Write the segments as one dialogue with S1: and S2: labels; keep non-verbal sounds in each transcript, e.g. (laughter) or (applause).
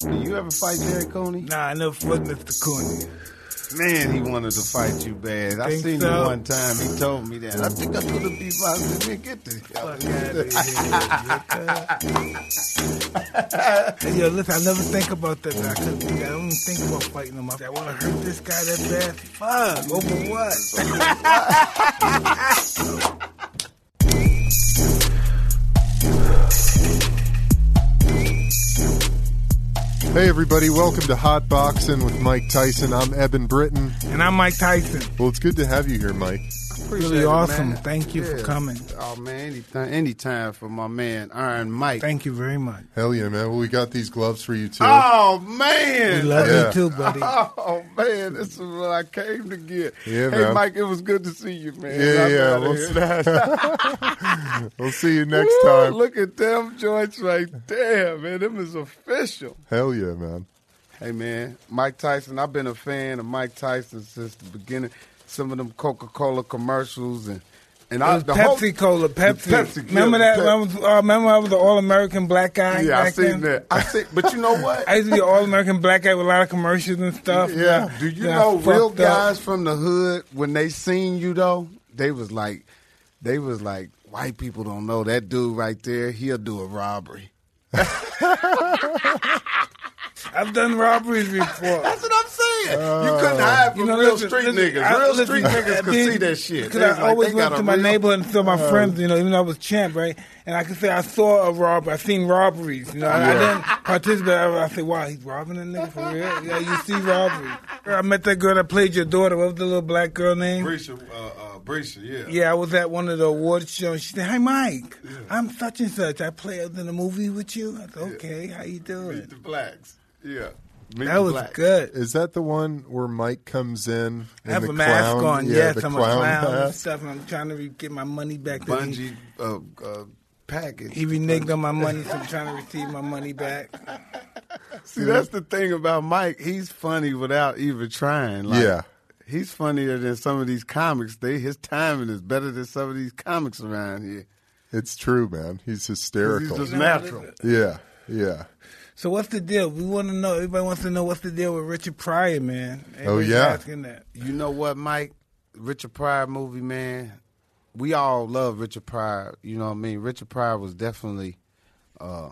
S1: Do you ever fight Jared Cooney?
S2: Nah, I never fucked Mr. Cooney.
S1: Man, he wanted to fight you bad. I
S2: Think
S1: seen him
S2: so?
S1: one time. He told me that. I think I could have beat him. I said, man, get this
S2: Fuck
S1: guy.
S2: outta here, nigga. (laughs) Hey, Yo, listen, I never think about that. I couldn't do that. I don't even think about fighting him. I want to hurt this guy that bad. Fuck, over what?
S3: Hey, everybody, welcome to Hot Boxing with Mike Tyson. I'm Eben Britton.
S2: And I'm Mike Tyson.
S3: Well, it's good to have you here, Mike.
S1: Appreciate
S2: Really
S1: it,
S2: awesome.
S1: man.
S2: Thank you for
S1: Yeah.
S2: coming.
S1: Oh, man, anytime, anytime for my man, Iron Mike.
S2: Thank you very much.
S3: Hell yeah, man. Well, we got these gloves for you, too.
S2: Ah,
S1: Oh,
S2: We
S1: man.
S2: love
S3: Yeah.
S2: you too, buddy.
S1: (laughs) Oh man, this is what I came to get.
S3: Yeah,
S1: hey,
S3: man.
S1: Mike, it was good to see you, man.
S3: Yeah,
S1: I'm
S3: yeah,
S1: outta
S3: we'll
S1: here.
S3: see- We'll see (laughs) you next
S1: Woo,
S3: time.
S1: Look at them joints right there, man. Them is official.
S3: Hell yeah, man.
S1: Hey man, Mike Tyson. I've been a fan of Mike Tyson since the beginning. Some of them Coca Cola commercials and and
S2: It
S1: I
S2: was
S1: the
S2: Pepsi Cola, Pepsi.
S1: Pepsi, yeah,
S2: remember that?
S1: Pepsi.
S2: I was, uh, remember I was an All American black guy.
S1: Whole, yeah, I
S2: back
S1: seen
S2: then?
S1: that. I see, but you know what?
S2: (laughs) I used to be an All American black guy with a lot of commercials and stuff.
S1: yeah. Do you
S2: Then I
S1: know real
S2: fucked up.
S1: guys from the hood when they seen you though? They was like, they was like, white people don't know that dude right there. He'll do a robbery.
S2: I've done robberies before.
S1: That's what I'm saying. you couldn't hide from real street niggas.
S2: I-
S1: real
S2: Oh. listen,
S1: street
S2: I
S1: niggas could
S2: did-
S1: see that shit.
S2: Because
S1: They
S2: I
S1: was like,
S2: always
S1: they
S2: went
S1: got
S2: to
S1: a
S2: my
S1: real- uh,
S2: neighborhood and saw my friends, you know, even though I was champ, right? And I could say I saw a robber. I seen robberies. You know, I, I didn't participate. I, I said, wow, he's robbing a nigga for real? Yeah, you see robbery. I met that girl that played your daughter. What was the little black girl name?
S4: Breesha, uh, uh, Breesha, yeah.
S2: Yeah, I was at one of the award shows. She said, "Hey, Mike, I'm such and such. I played in a movie with you." I said, "Okay, how you
S4: Meet
S2: doing?"
S4: the blacks. Yeah.
S1: Meet
S2: That
S1: the
S2: was
S1: blacks.
S2: good.
S3: Is that the one where Mike comes in?
S2: I have
S3: the
S2: a mask
S3: clown-
S2: on.
S3: Yeah,
S2: yes,
S3: the
S2: I'm
S3: clown
S2: a clown and
S3: mask.
S2: stuff, and I'm trying to re- get my money back. that he-
S1: Bungee uh, uh, package.
S2: He reneged on my money, so I'm trying to receive my money back.
S1: See, that's the thing about Mike. He's funny without even trying. Like,
S3: Yeah.
S1: He's funnier than some of these comics. They his timing is better than some of these comics around here.
S3: It's true, man.
S1: He's
S3: He's hysterical.
S1: just natural.
S3: yeah, yeah.
S2: So what's the deal? We want to know. Everybody wants to know what's the deal with Richard Pryor, man. Everybody's
S3: yeah.
S2: asking that.
S1: You know what, Mike? Richard Pryor movie, man. We all love Richard Pryor. You know what I mean? Richard Pryor was definitely uh,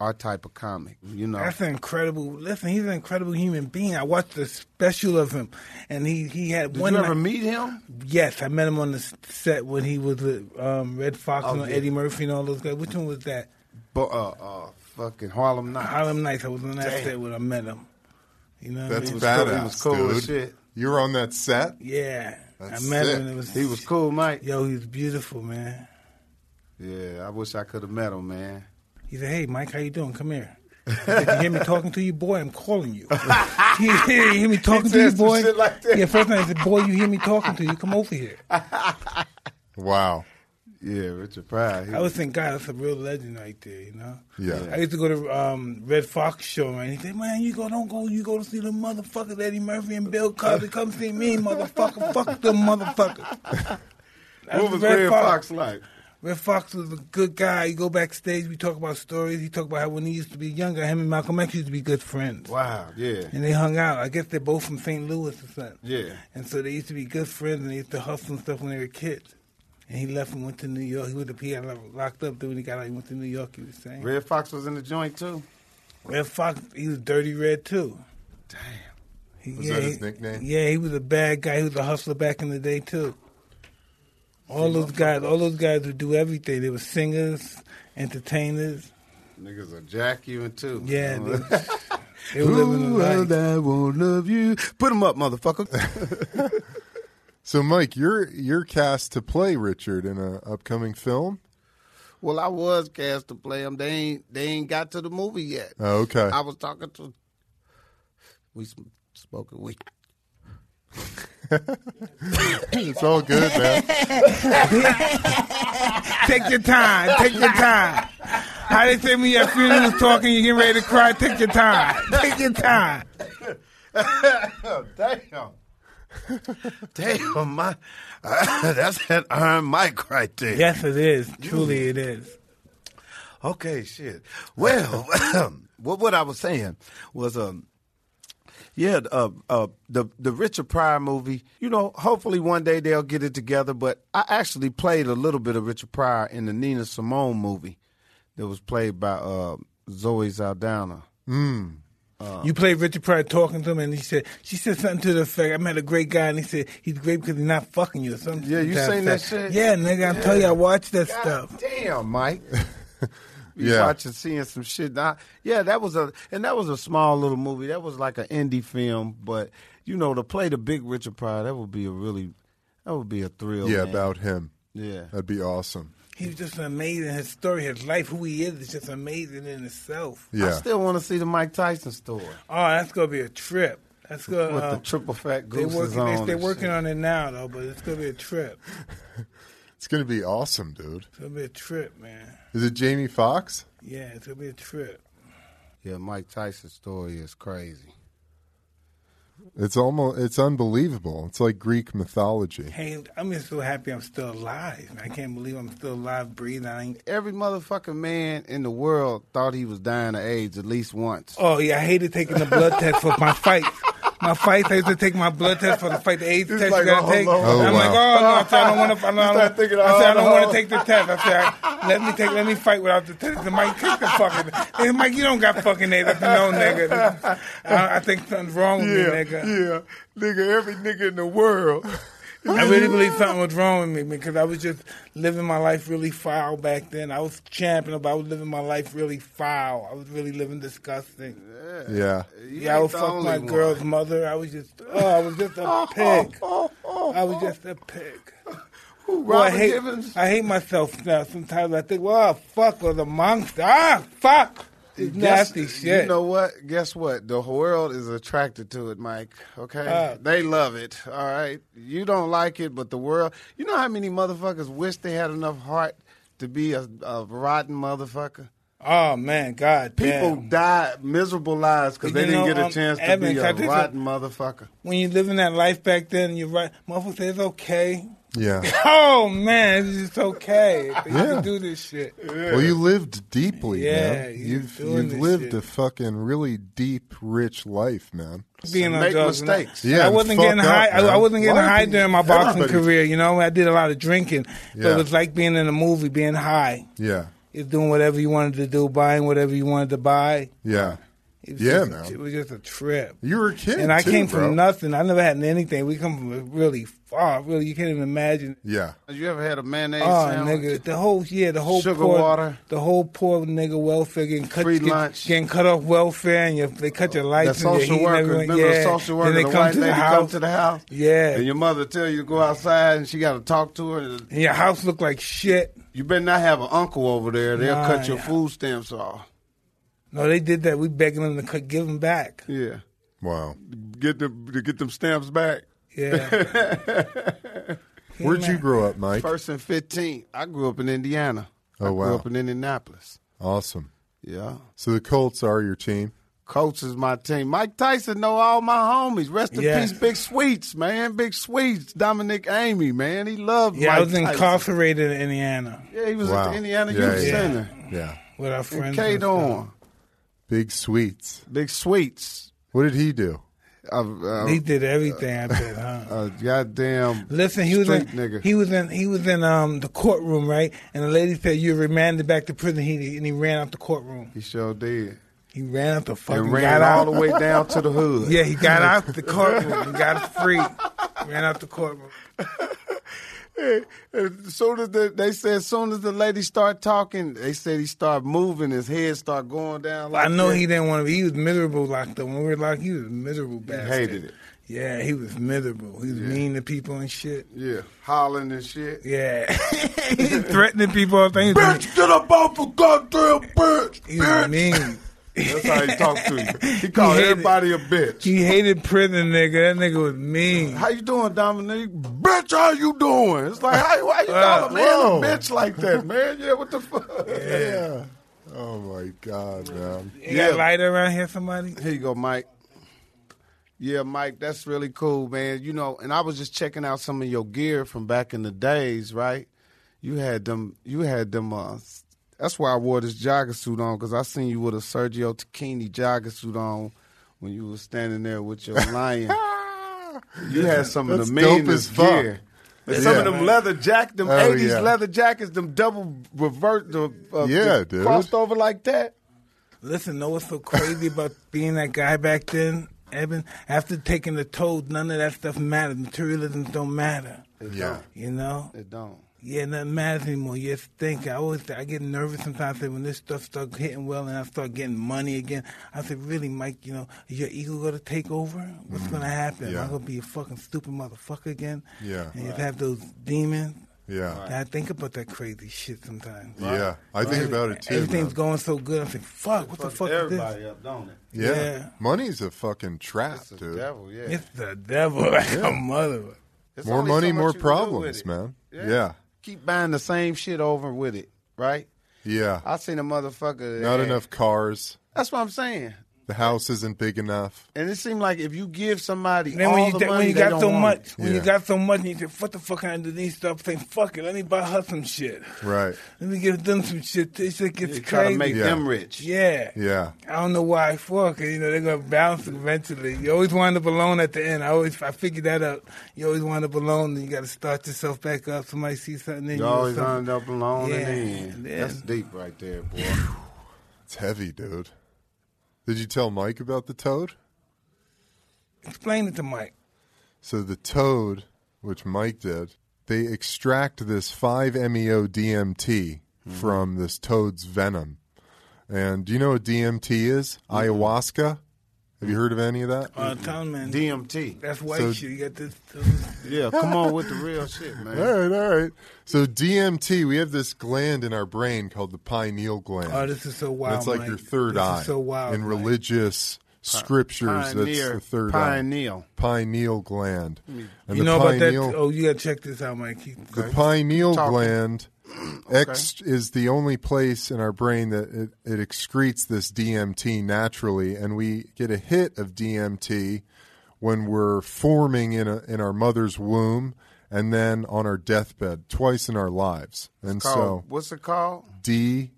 S1: our type of comic. You know,
S2: That's an incredible. Listen, he's an incredible human being. I watched a special of him, and he he had
S1: did
S2: one.
S1: you ever
S2: night-
S1: meet him?
S2: Yes, I met him on the s- set when he was with um, Red Fox
S1: Oh,
S2: and
S1: yeah.
S2: Eddie Murphy and all those guys. Which one was that?
S1: But uh, uh, fucking Harlem Nights.
S2: Harlem Nights. I was on that
S1: Damn.
S2: set when I met him. You know, what I
S3: That's
S2: mean?
S1: was cool. He
S3: badass,
S1: was cool as
S3: dude.
S1: shit.
S3: You were on that set?
S2: yeah.
S3: That's
S2: I met
S3: sick.
S2: him. And it was
S1: He was cool, Mike.
S2: Yo, he was beautiful, man.
S1: Yeah, I wish I could have met him, man.
S2: He said, "Hey, Mike, how you doing? Come here." He said, you hear me talking to you, boy? I'm
S1: (laughs)
S2: calling you. you hear you hear me talking to
S1: said
S2: you,
S1: some
S2: boy?
S1: shit like that.
S2: Yeah, first time I said, "Boy, you hear me talking to you? Come over here."
S3: Wow.
S1: Yeah, Richard Pryor. he-
S2: I was thinking, God, that's a real legend right there, you know?
S3: Yeah.
S2: I used to go to um, Red Fox show, and he said, "Man, you go, don't go. You go to see the motherfuckers, Eddie Murphy and Bill Cosby. Come see me, motherfucker. Fuck them motherfuckers."
S1: (laughs)
S2: That's
S1: what was Red Fox like?
S2: Red Fox was a good guy. You go backstage, we talk about stories. He talked about how when he used to be younger, him and Malcolm X used to be good friends.
S1: Wow, yeah.
S2: And they hung out. I guess they're both from St. Louis or something.
S1: Yeah.
S2: And so they used to be good friends and they used to hustle and stuff when they were kids. And he left and went to New York. He went to PI locked up. Then when he got out, he went to New York, he was saying. Red,
S1: Red Fox was in the joint too.
S2: Fox, he was dirty red too. Damn. He,
S3: Was that his nickname?
S2: He, yeah, he was a bad guy. He was a hustler back in the day too. All those guys, all those guys would do everything. They were singers, entertainers.
S1: Niggas will jack you and too.
S2: Yeah,
S1: (laughs)
S2: they, they were living
S1: Who
S2: the life.
S1: will that won't love you? Put him up, motherfucker. (laughs)
S3: So, Mike, you're you're cast to play Richard in an upcoming film.
S1: well, I was cast to play him. They ain't they ain't got to the movie yet.
S3: Oh, okay.
S1: I was talking to. We sm- smoking weed.
S3: It's all good, man.
S2: Take your time. Take your time. How they say when your funeral is talking, you getting ready to cry. Take your time. Take your time.
S1: Damn. Damn, my uh, (laughs) that's that iron mic right there.
S2: Yes, it is. Truly, it is.
S1: Okay, shit. Well, um, what what I was saying was um yeah uh, uh the the Richard Pryor movie you know hopefully one day they'll get it together but I actually played a little bit of Richard Pryor in the Nina Simone movie that was played by uh Zoe Saldana
S2: you played Richard Pryor talking to him, and he said she said something to the effect, "I met a great guy, and he said he's great because he's not fucking you or something."
S1: Yeah, you
S2: to
S1: seen that shit?
S2: effect. Yeah, nigga, I tell you, I watched that
S1: God
S2: stuff.
S1: damn
S3: (laughs)
S1: Mike you
S3: Yeah.
S1: watching seeing some shit Now, yeah that was a and that was a small little movie that was like an indie film but you know to play the big Richard Pryor that would be a really that would be a thrill
S3: yeah,
S1: man.
S3: about uh, him.
S1: yeah
S3: That'd be awesome.
S2: He was just amazing. His story, his life, who he is, is just amazing in itself.
S1: I
S3: Yeah.
S1: still want to see the Mike Tyson story
S2: Oh, that's gonna be a trip. That's gonna.
S1: with
S2: uh,
S1: the triple fat
S2: they
S1: goose
S2: working,
S1: on.
S2: they,
S1: and
S2: they're working
S1: shit.
S2: on it now though, but it's gonna be a trip.
S3: It's gonna be awesome, dude.
S2: It's gonna be a trip, man.
S3: Is it Jamie Foxx?
S2: Yeah, it's gonna be a trip.
S1: Yeah, Mike Tyson's story is crazy.
S3: It's almost it's unbelievable. It's like Greek mythology.
S2: Hey, I'm just so happy I'm still alive. I can't believe I'm still alive, breathing. I ain't
S1: Every motherfucking man in the world thought he was dying of AIDS at least once.
S2: Oh yeah, I hated taking the blood test for my fight. My fights, I used to take my blood test for the fight, the AIDS
S4: It's
S2: test
S4: like,
S2: you gotta
S4: oh,
S2: take.
S4: Lord.
S3: Oh,
S2: I'm like,
S3: wow.
S2: oh no, I said I don't want to. I,
S4: You
S2: don't-
S4: start thinking,
S2: I said I
S4: oh,
S2: don't want
S4: no.
S2: to take the test. I said, I- let me take, let me fight without the test. And Mike kicked the fucking. And Mike, you don't got fucking AIDS. I said, no, nigga. I, I think something's wrong with me, nigga.
S4: yeah, nigga. Every nigga in the world.
S2: I really believe something was wrong with me because I was just living my life really foul back then. I was champing, but I was living my life really foul. I was really living disgusting.
S3: Yeah.
S1: You
S2: Yeah, I
S1: ain't
S2: would
S1: the
S2: fuck
S1: only
S2: my
S1: one. (laughs)
S2: girl's mother. I was just, oh, I was just a pig.
S1: Oh,
S2: I was just a pig.
S1: Who,
S2: Well, I
S1: oh, Robert
S2: hate,
S1: Givens?
S2: I hate myself now. Sometimes I think, well, oh, fuck, or the monster. Ah, fuck. It's
S1: Guess-
S2: nasty shit.
S1: You know what? Guess what? The world is attracted to it, Mike. Okay,
S2: Uh,
S1: they love it. All right, you don't like it, but the world. You know how many motherfuckers wish they had enough heart to be a, a rotten motherfucker.
S2: oh man, God
S1: People
S2: damn.
S1: die miserable lives because
S2: You
S1: they didn't
S2: know,
S1: get a
S2: um,
S1: chance to
S2: Evans,
S1: be
S2: I
S1: a
S2: did
S1: rotten motherfucker.
S2: When you live in that life back then, you're right. Motherfucker says, okay.
S3: Yeah.
S2: Oh man, it's just okay. You
S3: Yeah.
S2: can do this shit.
S3: Well, you lived deeply,
S2: Yeah,
S3: man.
S2: you
S3: You've
S2: doing
S3: you've
S2: this
S3: lived
S2: shit.
S3: a fucking really deep, rich life, man.
S2: being on
S1: Make
S2: drugs and that.
S1: mistakes.
S3: Yeah,
S2: I wasn't
S3: and
S2: getting
S3: fuck
S2: high.
S3: up,
S2: I, I
S3: man.
S2: wasn't getting
S3: Why do
S2: high
S3: you-
S2: during my boxing
S3: everybody-
S2: career. You know, I did a lot of drinking, but
S3: Yeah.
S2: it was like being in a movie, being high.
S3: Yeah.
S2: It's doing whatever you wanted to do, buying whatever you wanted to buy.
S3: Yeah.
S2: It was
S3: Yeah,
S2: just,
S3: man.
S2: It was just a trip.
S3: You were a kid.
S2: And I
S3: too,
S2: came
S3: bro.
S2: from nothing. I never had anything. We come from really far. Really, you can't even imagine.
S3: Yeah.
S1: You ever had a mayonnaise
S2: Oh,
S1: sandwich?
S2: nigga, the whole yeah, the whole
S1: Sugar
S2: poor,
S1: water.
S2: the whole poor nigga welfare getting cut,
S1: Free
S2: get-
S1: lunch.
S2: getting cut off welfare, and you, they cut your lights.
S1: That social
S2: and your heat
S1: worker,
S2: and everything.
S1: remember
S2: yeah.
S1: the social worker,
S2: Then they
S1: the
S2: come
S1: white
S2: to
S1: lady
S2: the
S1: come
S2: house.
S1: to the house,
S2: Yeah.
S1: and your mother tell you to go outside, and she got to talk to her. and
S2: And your house looked like shit.
S1: You better not have an uncle over there; they'll
S2: Nah,
S1: cut your
S2: yeah.
S1: food stamps off.
S2: No, they did that. We begging them to cut, give them back.
S1: Yeah,
S3: Wow.
S1: get them to get them stamps back. (laughs)
S2: Yeah.
S3: Where'd you grow up, Mike?
S1: First and fifteenth, I grew up in Indiana.
S3: Oh,
S1: I
S3: wow.
S1: grew up in Indianapolis.
S3: Awesome.
S1: Yeah,
S3: So the Colts are your team.
S1: Coach is my team. Mike Tyson know all my homies. Rest in
S2: Yeah.
S1: peace, Big Sweets, man. Big Sweets, Dominic Amy, man. He loved
S2: yeah,
S1: Mike
S2: I was
S1: Tyson.
S2: incarcerated in Indiana
S1: Yeah, he was at
S3: Wow.
S1: the Indiana
S3: Yeah,
S1: Youth
S3: yeah.
S1: Center.
S3: Yeah.
S2: with our
S1: And
S2: friends.
S1: K
S2: and stuff.
S1: Dorn,
S3: Big sweets.
S1: Big Sweets.
S3: What did he do?
S1: Uh, uh,
S2: He did everything I did, huh?
S1: uh, goddamn.
S2: Listen, he was in,
S1: street nigga.
S2: he was in he was in um the courtroom, right? And the lady said you're remanded back to prison. He and he ran out the courtroom.
S1: He sure did.
S2: He ran out the fucking
S1: And
S2: got
S1: ran all
S2: out.
S1: the way down to the hood.
S2: (laughs) yeah, he got out
S1: (laughs)
S2: the courtroom. He got free. Ran out the courtroom.
S1: As soon as the, they said, as soon as the lady started talking, they said he started moving, his head started going down. Like
S2: I know
S1: that.
S2: he didn't want to be. He was miserable locked up. When we were locked, he was a miserable bastard.
S1: hated it.
S2: Yeah, he was miserable. He was mean to people and shit.
S1: Yeah, hollering and shit.
S2: Yeah. (laughs) he was threatening people and things.
S1: get up off the goddamn bitch,
S2: He was mean.
S1: That's how he talked to
S2: (laughs)
S1: you. He called
S2: hated-
S1: everybody a bitch.
S2: (laughs) He hated prison, nigga. That nigga was mean.
S1: How you doing, Dominique? Bitch, how you doing? It's like, how, why you
S2: Wow.
S1: call a man
S3: Whoa.
S1: a bitch like that, man? Yeah, what the fuck?
S3: Yeah. Oh my God, man.
S2: You
S1: Yeah.
S2: got lighter around here, somebody?
S1: Here you go, Mike. Yeah, Mike, that's really cool, man. You know, and I was just checking out some of your gear from back in the days, right? You had them, you had them uh, That's why I wore this jogger suit on because I seen you with a Sergio Tacchini jogger suit on when you was standing there with (laughs) your lion. you had some of
S3: Ah! That's
S1: the
S3: dope as
S1: meanest
S3: fuck.
S1: gear. And Some of
S3: Yeah.
S1: them leather jack, them
S3: Oh,
S1: '80s
S3: yeah.
S1: leather jackets, them double revert, the uh,
S3: Yeah,
S1: the
S3: dude.
S1: crossed over like that.
S2: Listen, know what's so crazy about being that guy back then, Evan? After taking the toad, none of that stuff matters. Materialism don't matter.
S3: Yeah.
S2: You know?
S1: It don't.
S2: Yeah, nothing matters anymore. You just think. I always I get nervous sometimes that when this stuff starts hitting well and I start getting money again. I said, really, Mike, you know, is your ego going to take over? What's going to happen? Am
S3: Mm-hmm. Yeah.
S2: I going to be a fucking stupid motherfucker again?
S3: Yeah.
S2: And just have those demons?
S3: Yeah.
S2: And I think about that crazy shit sometimes.
S3: Yeah. I think about it too.
S2: Everything's
S3: man.
S2: going so good. I'm saying, fuck, what the fuck is this?
S1: up, don't it?
S3: yeah.
S2: yeah.
S3: Money's a fucking trap,
S1: It's the
S3: dude.
S1: devil, yeah.
S2: It's the devil (laughs) like a mother.
S1: It's
S3: More
S1: only so much you
S3: money, more
S1: can do with
S3: problems,
S1: it.
S3: man.
S1: Yeah.
S3: Yeah.
S1: Keep buying the same shit over with it, right?
S3: Yeah.
S1: I seen a motherfucker. that
S3: Not
S1: had-
S3: enough cars.
S1: That's what I'm saying.
S3: The house isn't big enough.
S1: And it seemed like if you give somebody
S2: Then
S1: all
S2: when you,
S1: the
S2: th-
S1: money,
S2: when you
S1: they
S2: got
S1: don't
S2: so
S1: want
S2: much,
S1: it.
S2: when you
S3: Yeah.
S2: got so much, and you say, "What the fuck?" I do these stuff. Saying, "Fuck it, let me buy her some shit.
S3: Right.
S2: Let me give them some shit." This shit gets
S1: you try
S2: crazy.
S1: to make
S3: Yeah.
S1: them rich.
S2: yeah.
S3: Yeah.
S2: I don't know why I fuck. You know they're gonna bounce eventually. You always wind up alone at the end. I always I figured that out. You always wind up alone, and you got to start yourself back up. Somebody sees something, then
S1: You
S2: you
S1: always
S2: something.
S1: end up alone
S2: Yeah,
S1: and
S2: and
S1: then.
S2: then-
S1: That's deep right there, boy.
S3: It's heavy, dude. Did you tell Mike about the toad?
S2: Explain it to Mike.
S3: So the toad, which Mike did, they extract this E 5-MeO DMT
S2: Mm-hmm.
S3: from this toad's venom. And do you know what DMT is? Ayahuasca? Have you heard of any of that?
S2: Mm-hmm. Uh, tell him, man.
S1: DMT.
S2: that's white
S3: So-
S2: shit. You got this.
S1: Yeah, come on with the real shit, (laughs)
S3: All
S1: man.
S3: right, all right. So DMT, we have this gland in our brain called the pineal gland.
S2: Oh, this is so wild.
S3: That's like
S2: Mike.
S3: your third
S2: this
S3: eye.
S2: Is so wild.
S3: in
S2: Mike.
S3: religious scriptures,
S1: Pioneer.
S3: that's the third eye.
S1: Pioneer.
S3: Pineal gland. And
S2: Mm. You know about that? Oh, you gotta check this out, Mike. Keep
S3: The
S2: going.
S3: pineal
S1: talking. (clears throat)
S3: gland ex- is the only place in our brain that it, it excretes this DMT naturally, and we get a hit of DMT when we're forming in a, in our mother's womb, and then on our deathbed, twice in our lives, and so
S1: Called- what's it called?
S3: DMT,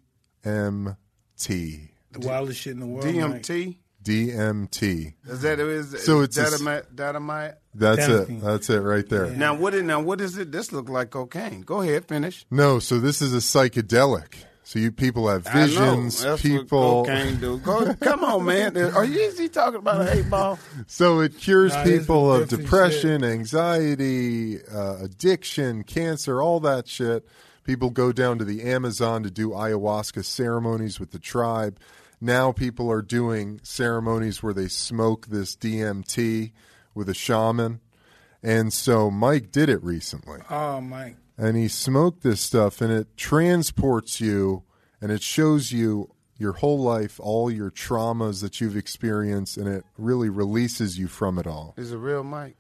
S2: the wildest shit in the world. Mike.
S1: DMT.
S3: DMT.
S1: Is that is
S3: So
S1: is
S3: it's a s-
S1: dynamite? dynamite?
S3: That's
S2: Dancing.
S3: it. That's it right there.
S1: Now what? Is, now what is it? This look like cocaine. Go ahead, finish.
S3: No, so this is a psychedelic. So you people have
S1: I know.
S3: visions.
S1: That's what
S3: people
S1: cocaine do. Go, come on, man. (laughs) Are you is he talking about an eight ball?
S3: So it cures
S2: Nah, it's
S3: people of
S2: different
S3: depression, anxiety, uh, addiction, cancer, all that shit. People go down to the Amazon to do ayahuasca ceremonies with the tribe. Now people are doing ceremonies where they smoke this DMT with a shaman. And so Mike did it recently
S2: Oh, Mike.
S3: and he smoked this stuff and it transports you and it shows you your whole life all your traumas that you've experienced and it really releases you from it all
S1: Is it real, Mike?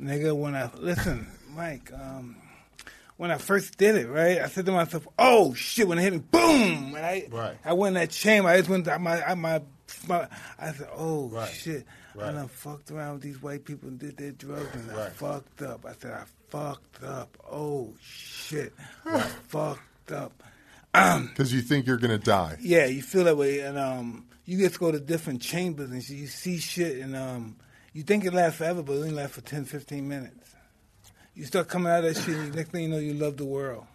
S2: Nigga, when I listen, Mike, um, when I first did it, right, I said to myself, "Oh shit!" When it hit me, boom, and I,
S1: Right.
S2: I went in that chamber. I just went to my, I, my, my, I said, "Oh shit!" I done fucked around with these white people and did their drugs, and I fucked up. I said, "I fucked up." Oh shit! I fucked up.
S3: because you think you're going to die
S2: Yeah, you feel that way, and um, you just go to different chambers and you see shit, and um, you think it lasts forever, but it only lasts for 10, 15 minutes. You start coming out of that shit, and the next thing you know, you love the world.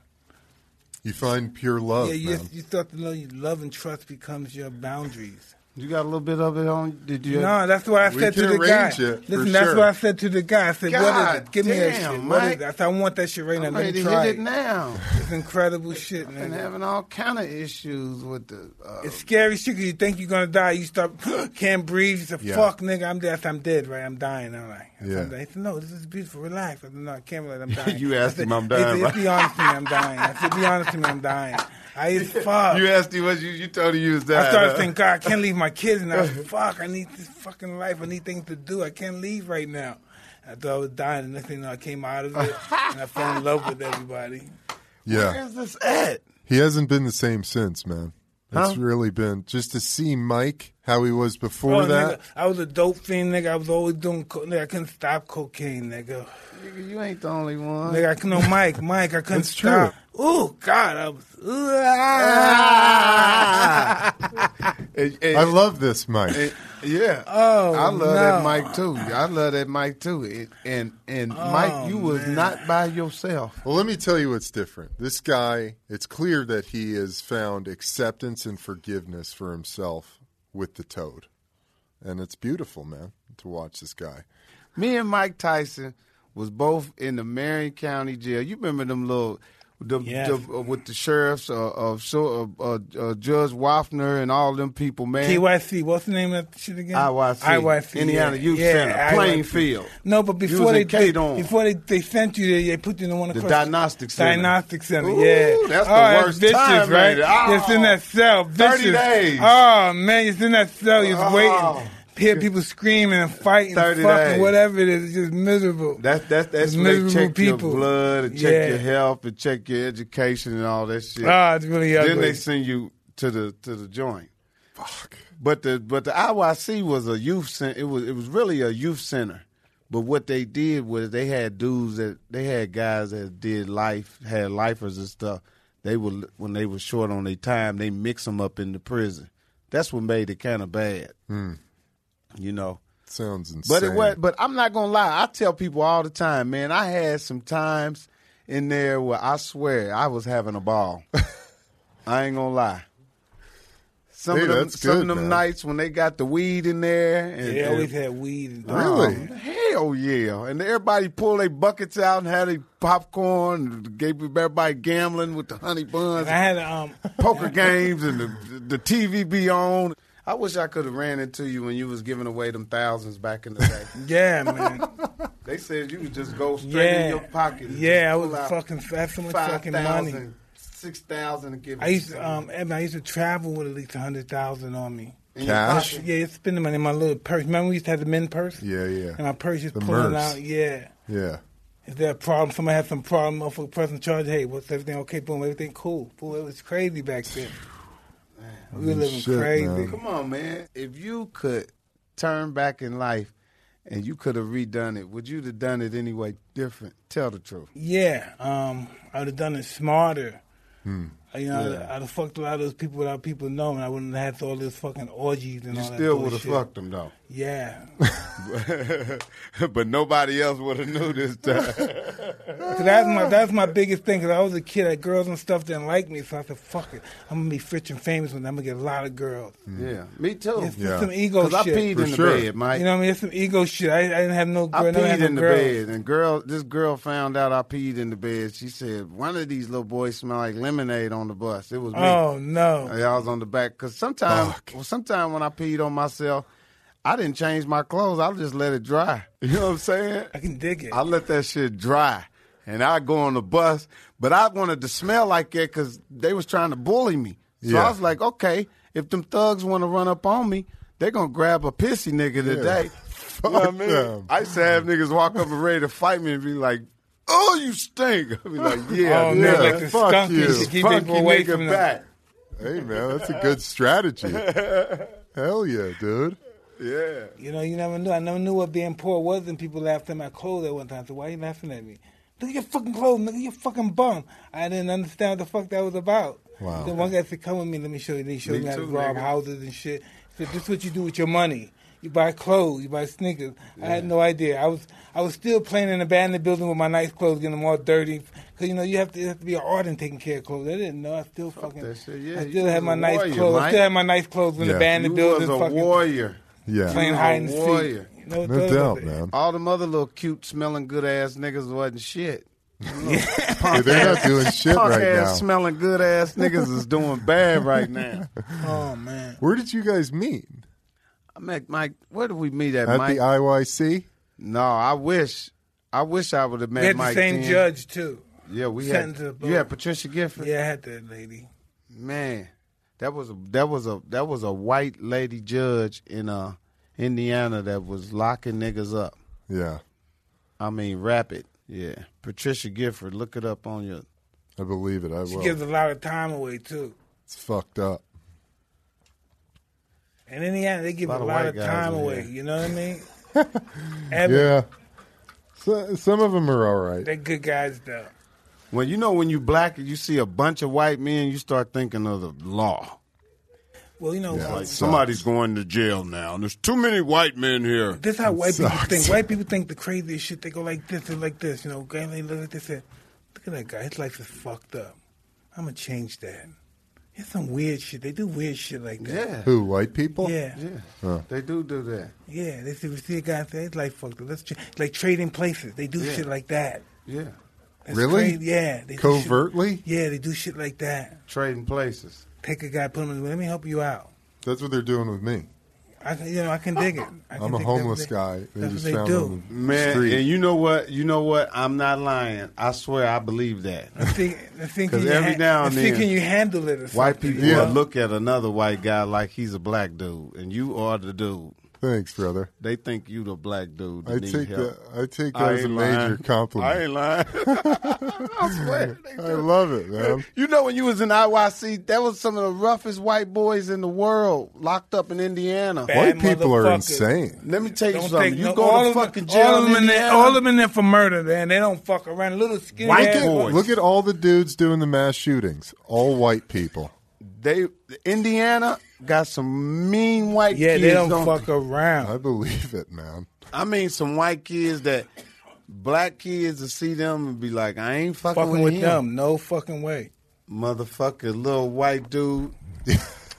S3: you find pure love
S2: yeah, you,
S3: man.
S2: just, you start to know you love and trust becomes your boundaries.
S1: You got a little bit of it on? Did you?
S2: No, that's what I
S3: We
S2: said to
S3: can
S2: the guy.
S3: arrange it, for
S2: Listen, that's
S3: sure.
S2: what I said to the guy. I said, "What is
S1: God
S2: it? Give me that
S1: damn,
S2: shit. What is
S1: Mike.
S2: it?" I said, "I want that shit right now.
S1: I'm
S2: Let
S1: ready
S2: me
S1: to
S2: try
S1: hit
S2: it.
S1: it (laughs) now.
S2: It's incredible shit,
S1: And
S2: man."
S1: having all kind of issues with the. Uh,
S2: It's scary shit 'cause you think you're gonna die. You start (gasps) can't breathe. You say,
S3: Yeah.
S2: "Fuck, nigga, I'm dead. I'm dead, right? I'm dying." I'm like,
S3: Yeah.
S2: I'm dying. He said, "No, this is beautiful. Relax." I said, "No, I can't relate. I'm dying."
S1: (laughs) You
S2: I
S1: asked
S2: said,
S1: him, "I'm
S2: "It's-
S1: dying,"
S2: It's,
S1: right?
S2: be honest with me, I'm dying. I said, "Be honest with me, I'm dying."
S1: (laughs)
S2: I just fuck.
S1: asked him what you, you told him you was
S2: I started thinking, God, I can't leave my kids now.
S1: (laughs)
S2: Fuck, I need this fucking life. I need things to do. I can't leave right now. I thought I was dying. The next thing you know, I came out of
S1: (laughs)
S2: it and I fell in love with everybody.
S3: yeah
S1: (laughs) Where's this at?
S3: he hasn't been the same since man It's really been just to see Mike how he was before
S2: Oh,
S3: that.
S2: nigga, I was a dope fiend, nigga. I was always doing, co- nigga. I couldn't stop cocaine, nigga.
S1: Nigga, you ain't the only one.
S2: Nigga, I could no Mike, Mike. I couldn't
S3: That's true.
S2: stop. Ooh, God, I was. Ooh,
S1: (laughs)
S2: ah.
S1: And- and-
S3: I love this Mike.
S1: and- yeah.
S2: Oh,
S1: I love
S2: no. Oh,
S1: that Mike too. I love that Mike too. It, and and Mike, you was not by yourself.
S3: Well, let me tell you what's different. This guy, it's clear that he has found acceptance and forgiveness for himself with the toad. And it's beautiful, man, to watch this guy.
S1: Me and Mike Tyson was both in the Marion County Jail. You remember them little, the,
S2: Yes.
S1: the- uh, with the sheriffs uh, of so uh, uh, uh, Judge Waffner and all them people, man.
S2: KYC. What's the name of that shit again?
S1: IYC,
S2: IYC.
S1: Indiana
S2: yeah.
S1: Youth
S2: yeah,
S1: Center,
S2: IYC.
S1: Plainfield.
S2: No, but before they
S1: Kate on.
S2: before they, they sent you there, they put you in the one
S1: The
S2: across
S1: diagnostic center.
S2: Diagnostic center.
S1: Ooh,
S2: yeah,
S1: that's the
S2: oh,
S1: worst
S2: vicious,
S1: time,
S2: right?
S1: ain't it? Oh,
S2: It's in that cell. Vicious.
S1: 30 days.
S2: Oh man, it's in that cell. You're
S1: Oh.
S2: waiting. Hear people screaming and fighting,
S1: 30
S2: fucking
S1: days.
S2: whatever it is. It's just miserable.
S1: That's that's that's
S2: It's
S1: when they
S2: miserable
S1: check
S2: people.
S1: your blood and check
S2: Yeah.
S1: your health and check your education and all that shit.
S2: Ah, it's really ugly.
S1: then they send you to the to the joint. Fuck. But the but the IYC was a youth center. It was it was really a youth center. But what they did was they had dudes that they had guys that did life had lifers and stuff. They would when they were short on their time, they mix them up in the prison. That's what made it kind of bad. You know.
S3: Sounds insane.
S1: But it was. But I'm not gonna lie. I tell people all the time, man. I had some times in there where I swear I was having a ball. (laughs) I ain't gonna lie. Some
S3: Hey,
S1: of them,
S3: that's
S1: some
S3: good,
S1: of them
S3: man.
S1: nights when they got the weed in there, and,
S2: They always
S1: and
S2: had weed. And
S3: Really?
S1: hell yeah, and everybody pull their buckets out and had their popcorn, and gave everybody gambling with the honey buns,
S2: I had um.
S1: poker games, and the, the TV be on. I wish I could have ran into you when you was giving away them thousands back in the day.
S2: Yeah, man.
S1: They said you would just go (laughs) straight
S2: yeah.
S1: in your pocket. and
S2: Yeah, I
S1: pull
S2: was
S1: out
S2: fucking. I had so much fucking
S1: 5,000,
S2: money.
S1: 6,000 and give it
S2: I used
S1: to
S2: to, um, Evan, I used to travel with at least a hundred thousand on me.
S1: in your
S3: Cash?
S1: pocket.
S2: Yeah, it's spending money in my little purse. Remember we used to have the men purse?
S3: Yeah, yeah.
S2: And my purse is
S3: The
S2: pulling
S3: MERS.
S2: out. Yeah.
S3: Yeah.
S2: Is there a problem? Somebody had some problem off of present charge. Hey, what's everything okay? Boom, everything cool. Boom, it was crazy back then. We were living
S3: Shit,
S2: crazy.
S3: man.
S1: Come on, man. If you could turn back in life and you could have redone it, would you have done it anyway different? Tell the truth.
S2: Yeah, um, I would have done it smarter.
S1: Hmm.
S2: Uh, You know, I'd- I'd have fucked a lot of those people without people knowing. I wouldn't have had all those fucking orgies and
S1: You
S2: all that
S1: still would have
S2: bullshit.
S1: fucked them, though. (laughs)
S2: Yeah,
S1: but nobody else would have knew this time.
S2: Cause that's my that's my biggest thing. Cause I was a kid, like girls and stuff didn't like me, so I said, "Fuck it, I'm gonna be rich and famous, and I'm gonna get a lot of girls."
S1: Hmm. yeah, me too.
S2: It's
S3: Yeah.
S2: some ego
S1: Because I
S2: shit.
S1: peed
S3: For
S1: in the
S3: sure.
S1: bed, Mike.
S2: you know what I mean? It's some ego shit. I, I didn't have no girl.
S1: I
S2: never had
S1: peed
S2: no
S1: in the
S2: girls.
S1: bed, and girl, this girl found out I peed in the bed. She said one of these little boys smell like lemonade on the bus. It was me.
S2: Oh no!
S1: Hey, I was on the back because sometimes, well, sometimes when I peed on myself, I didn't change my clothes. I just let it dry. (laughs) You know what I'm saying?
S2: I can dig it.
S1: I let that shit dry, and I go on the bus. But I wanted to smell like it because they was trying to bully me. So
S3: Yeah.
S1: I was like, okay, if them thugs want to run up on me, they gonna grab a pissy nigga (laughs) today. You know what I mean?
S3: them.
S1: I used to have niggas walk up and ready to fight me and be like, "Oh, you stink!" (laughs) I be like, "Yeah,
S2: oh,
S1: nigga,
S2: nigga, like the
S1: fuck
S2: skunk
S1: you,
S2: used to keep
S1: Fuck
S2: people
S1: you,
S2: away
S1: nigga
S2: from them.
S1: back."
S3: Hey, man, that's a good strategy. Hell yeah, dude.
S1: Yeah.
S2: You know, you never knew. I never knew what being poor was, and people laughed at my clothes at one time. So why are you laughing at me? Look at your fucking clothes, nigga. You fucking bum. I didn't understand what the fuck that was about.
S3: Wow.
S2: Then one guy said, "Come with me. Let me show you." They showed me, how to
S1: too,
S2: rob
S1: nigga.
S2: houses and shit. He said, "This is what you do with your money. You buy clothes. You buy sneakers." I had no idea. I was I was still playing in an abandoned building with my nice clothes, getting them all dirty. Cause you know you have to, it has to be an art in taking care of clothes. I didn't know. I still fucking.
S1: that shit. Yeah,
S2: I
S1: you
S2: still
S1: was
S2: had my
S1: a
S2: nice
S1: warrior,
S2: clothes. I
S1: Mike.
S2: still had my nice clothes in
S3: Yeah.
S2: the abandoned
S1: You was
S2: building.
S1: a
S2: fucking
S1: warrior.
S3: Yeah.
S2: playing
S1: You
S2: hide
S1: a
S2: and
S1: warrior.
S2: seek. No,
S3: No doubt, man.
S1: All them other little cute smelling good ass niggas wasn't shit.
S3: Hey, they're not doing shit
S1: Punk
S3: right
S1: ass
S3: now.
S1: smelling good ass niggas is doing bad right
S3: (laughs)
S1: now.
S2: Oh man,
S3: Where did you guys meet?
S1: I met Mike. Where did we meet at,
S3: At
S1: Mike?
S3: the IYC?
S1: no, I wish. I wish I would have met
S2: we had the
S1: Mike.
S2: same
S1: then.
S2: judge too.
S1: Yeah, we had.
S2: Sent to the
S1: You
S2: boat.
S1: had Patricia Gifford.
S2: Yeah, I had that lady.
S1: Man, that was a that was a that was a white lady judge in uh Indiana that was locking niggas up.
S3: Yeah,
S1: I mean, rapid. Yeah, Patricia Gifford. Look it up on your.
S3: I believe it. I
S2: She
S3: will.
S2: gives a lot of time away too.
S3: It's fucked up.
S2: And in the end, they give a lot,
S1: of white
S2: of,
S1: guys
S2: time
S1: in
S2: away.
S1: here.
S2: You know what I mean? (laughs) Ever,
S3: Yeah. So, some of them are all right.
S2: They're good guys, though.
S1: Well, you know, when you black, you see a bunch of white men, you start thinking of the law.
S2: Well, you know,
S3: Yeah,
S2: um,
S3: it's-
S1: Somebody's going to jail now. There's too many white men here.
S2: this is how white people
S3: sucks.
S2: think. White people think the craziest shit. They go like this and like this. You know, guy they look at this and look at that guy. His life is fucked up. I'm gonna change that. It's some weird shit. They do weird shit like that.
S1: Yeah,
S3: Who, white people?
S2: Yeah,
S1: yeah. They do do that.
S2: yeah. They see, we see a guy and say his life fucked up. Let's ch-. like trading places. They do
S1: Yeah.
S2: shit like that.
S1: Yeah,
S2: That's
S3: Really?
S2: crazy. Yeah. They do shit-
S3: Covertly?
S2: yeah, they do shit like that.
S1: trading places.
S2: Take a guy, put him in. Let me help you out.
S3: That's what they're doing with me.
S2: I can, you know, I can dig it. I can
S3: I'm a
S2: dig- that's what
S3: homeless
S2: they-
S3: guy. They
S2: that's
S3: just
S2: what they
S3: found
S2: do.
S3: on the
S1: Man,
S3: street.
S1: and you know what? You know what? I'm not lying. I swear, I believe that.
S2: I think, I
S1: (laughs)
S2: think
S1: 'Cause
S2: you
S1: every now and
S2: I think
S1: then,
S2: can you handle it? Or
S1: White
S2: something,
S1: people
S2: you
S3: Yeah.
S1: will look at another white guy like he's a black dude, and you are the dude.
S3: Thanks, brother.
S1: They think you the black dude. That
S3: I
S1: need
S3: take
S1: help.
S3: that. I take
S1: I
S3: that as a
S1: ain't
S3: major
S1: lying. I
S3: compliment.
S1: ain't
S3: (laughs)
S1: lying. I swear. They
S3: I,
S1: do.
S3: love
S2: (laughs)
S3: it, man.
S1: You know, when you was in IYC, that was some of the roughest white boys in the world locked up in Indiana.
S2: Bad
S3: White people are
S2: motherfuckers.
S3: insane.
S1: Let me tell you
S2: Don't
S1: something.
S2: think
S1: you
S2: no, all
S1: go to
S2: of them-
S1: fucking jail
S2: All of,
S1: in
S2: them in there,
S1: Indiana.
S2: all of them in there for murder, man. They don't fuck around. Little skinny
S1: White
S2: ass
S1: people.
S2: boys.
S1: Boys.
S3: Look at all the dudes doing the mass shootings. All white people.
S1: they Indiana got some mean white
S2: Yeah,
S1: kids.
S2: they don't,
S1: don't
S2: fuck around.
S3: I believe it, man.
S1: I mean, some white kids that black kids to see them and be like, I ain't fucking,
S2: fucking with
S1: him.
S2: them, no fucking way.
S1: Motherfucker, little white
S2: (laughs)
S1: dude.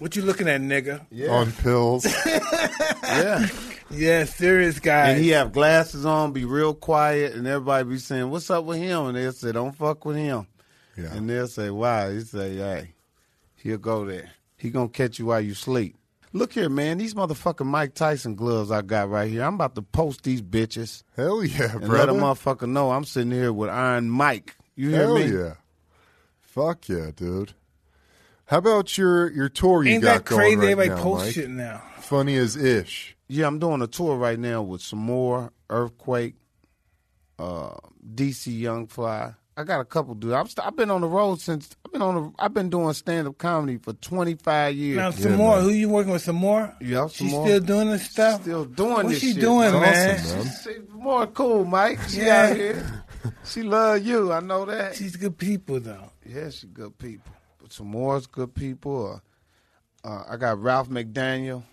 S2: What you looking at, nigga?
S1: Yeah, (laughs)
S3: On pills.
S1: yeah.
S2: Yeah, serious guy.
S1: And he have glasses on, be real quiet, and everybody be saying, "What's up with him?" And they'll say, "Don't fuck with him."
S3: Yeah.
S1: And they'll say, "Why?" He say, "Hey, he'll go there. He gonna catch you while you sleep." Look here, man. These motherfucking Mike Tyson gloves I got right here. I'm about to post these bitches
S3: Hell yeah,
S1: and let a
S3: brother.
S1: motherfucker know I'm sitting here with Iron Mike. You hear
S3: Hell
S1: me?
S3: yeah. Fuck yeah, dude. How about your your tour you
S2: Ain't
S3: got
S2: that crazy?
S3: going right
S2: Everybody
S3: now,
S2: post
S3: Mike?
S2: shit now.
S3: Funny as ish.
S1: Yeah, I'm doing a tour right now with some more Earthquake, uh, DC Young Fly. I got a couple dudes. I'm st- I've been on the road since I've been on. The, I've been doing stand up comedy for 25 years.
S2: Now, some
S3: Yeah,
S2: more.
S3: man.
S2: Who you working with? Some more?
S1: Yeah,
S2: She
S1: Samora.
S2: still doing this stuff.
S1: Still doing
S2: What's
S1: this
S2: she
S1: shit.
S2: doing,
S1: That's
S2: man?
S3: awesome, man.
S1: She's more cool, Mike. She
S2: Yeah.
S1: out here. She love you. I know that.
S2: She's good people though.
S1: yeah, she good people. But some more's good people. Uh, uh, I got Ralph McDaniel, uh,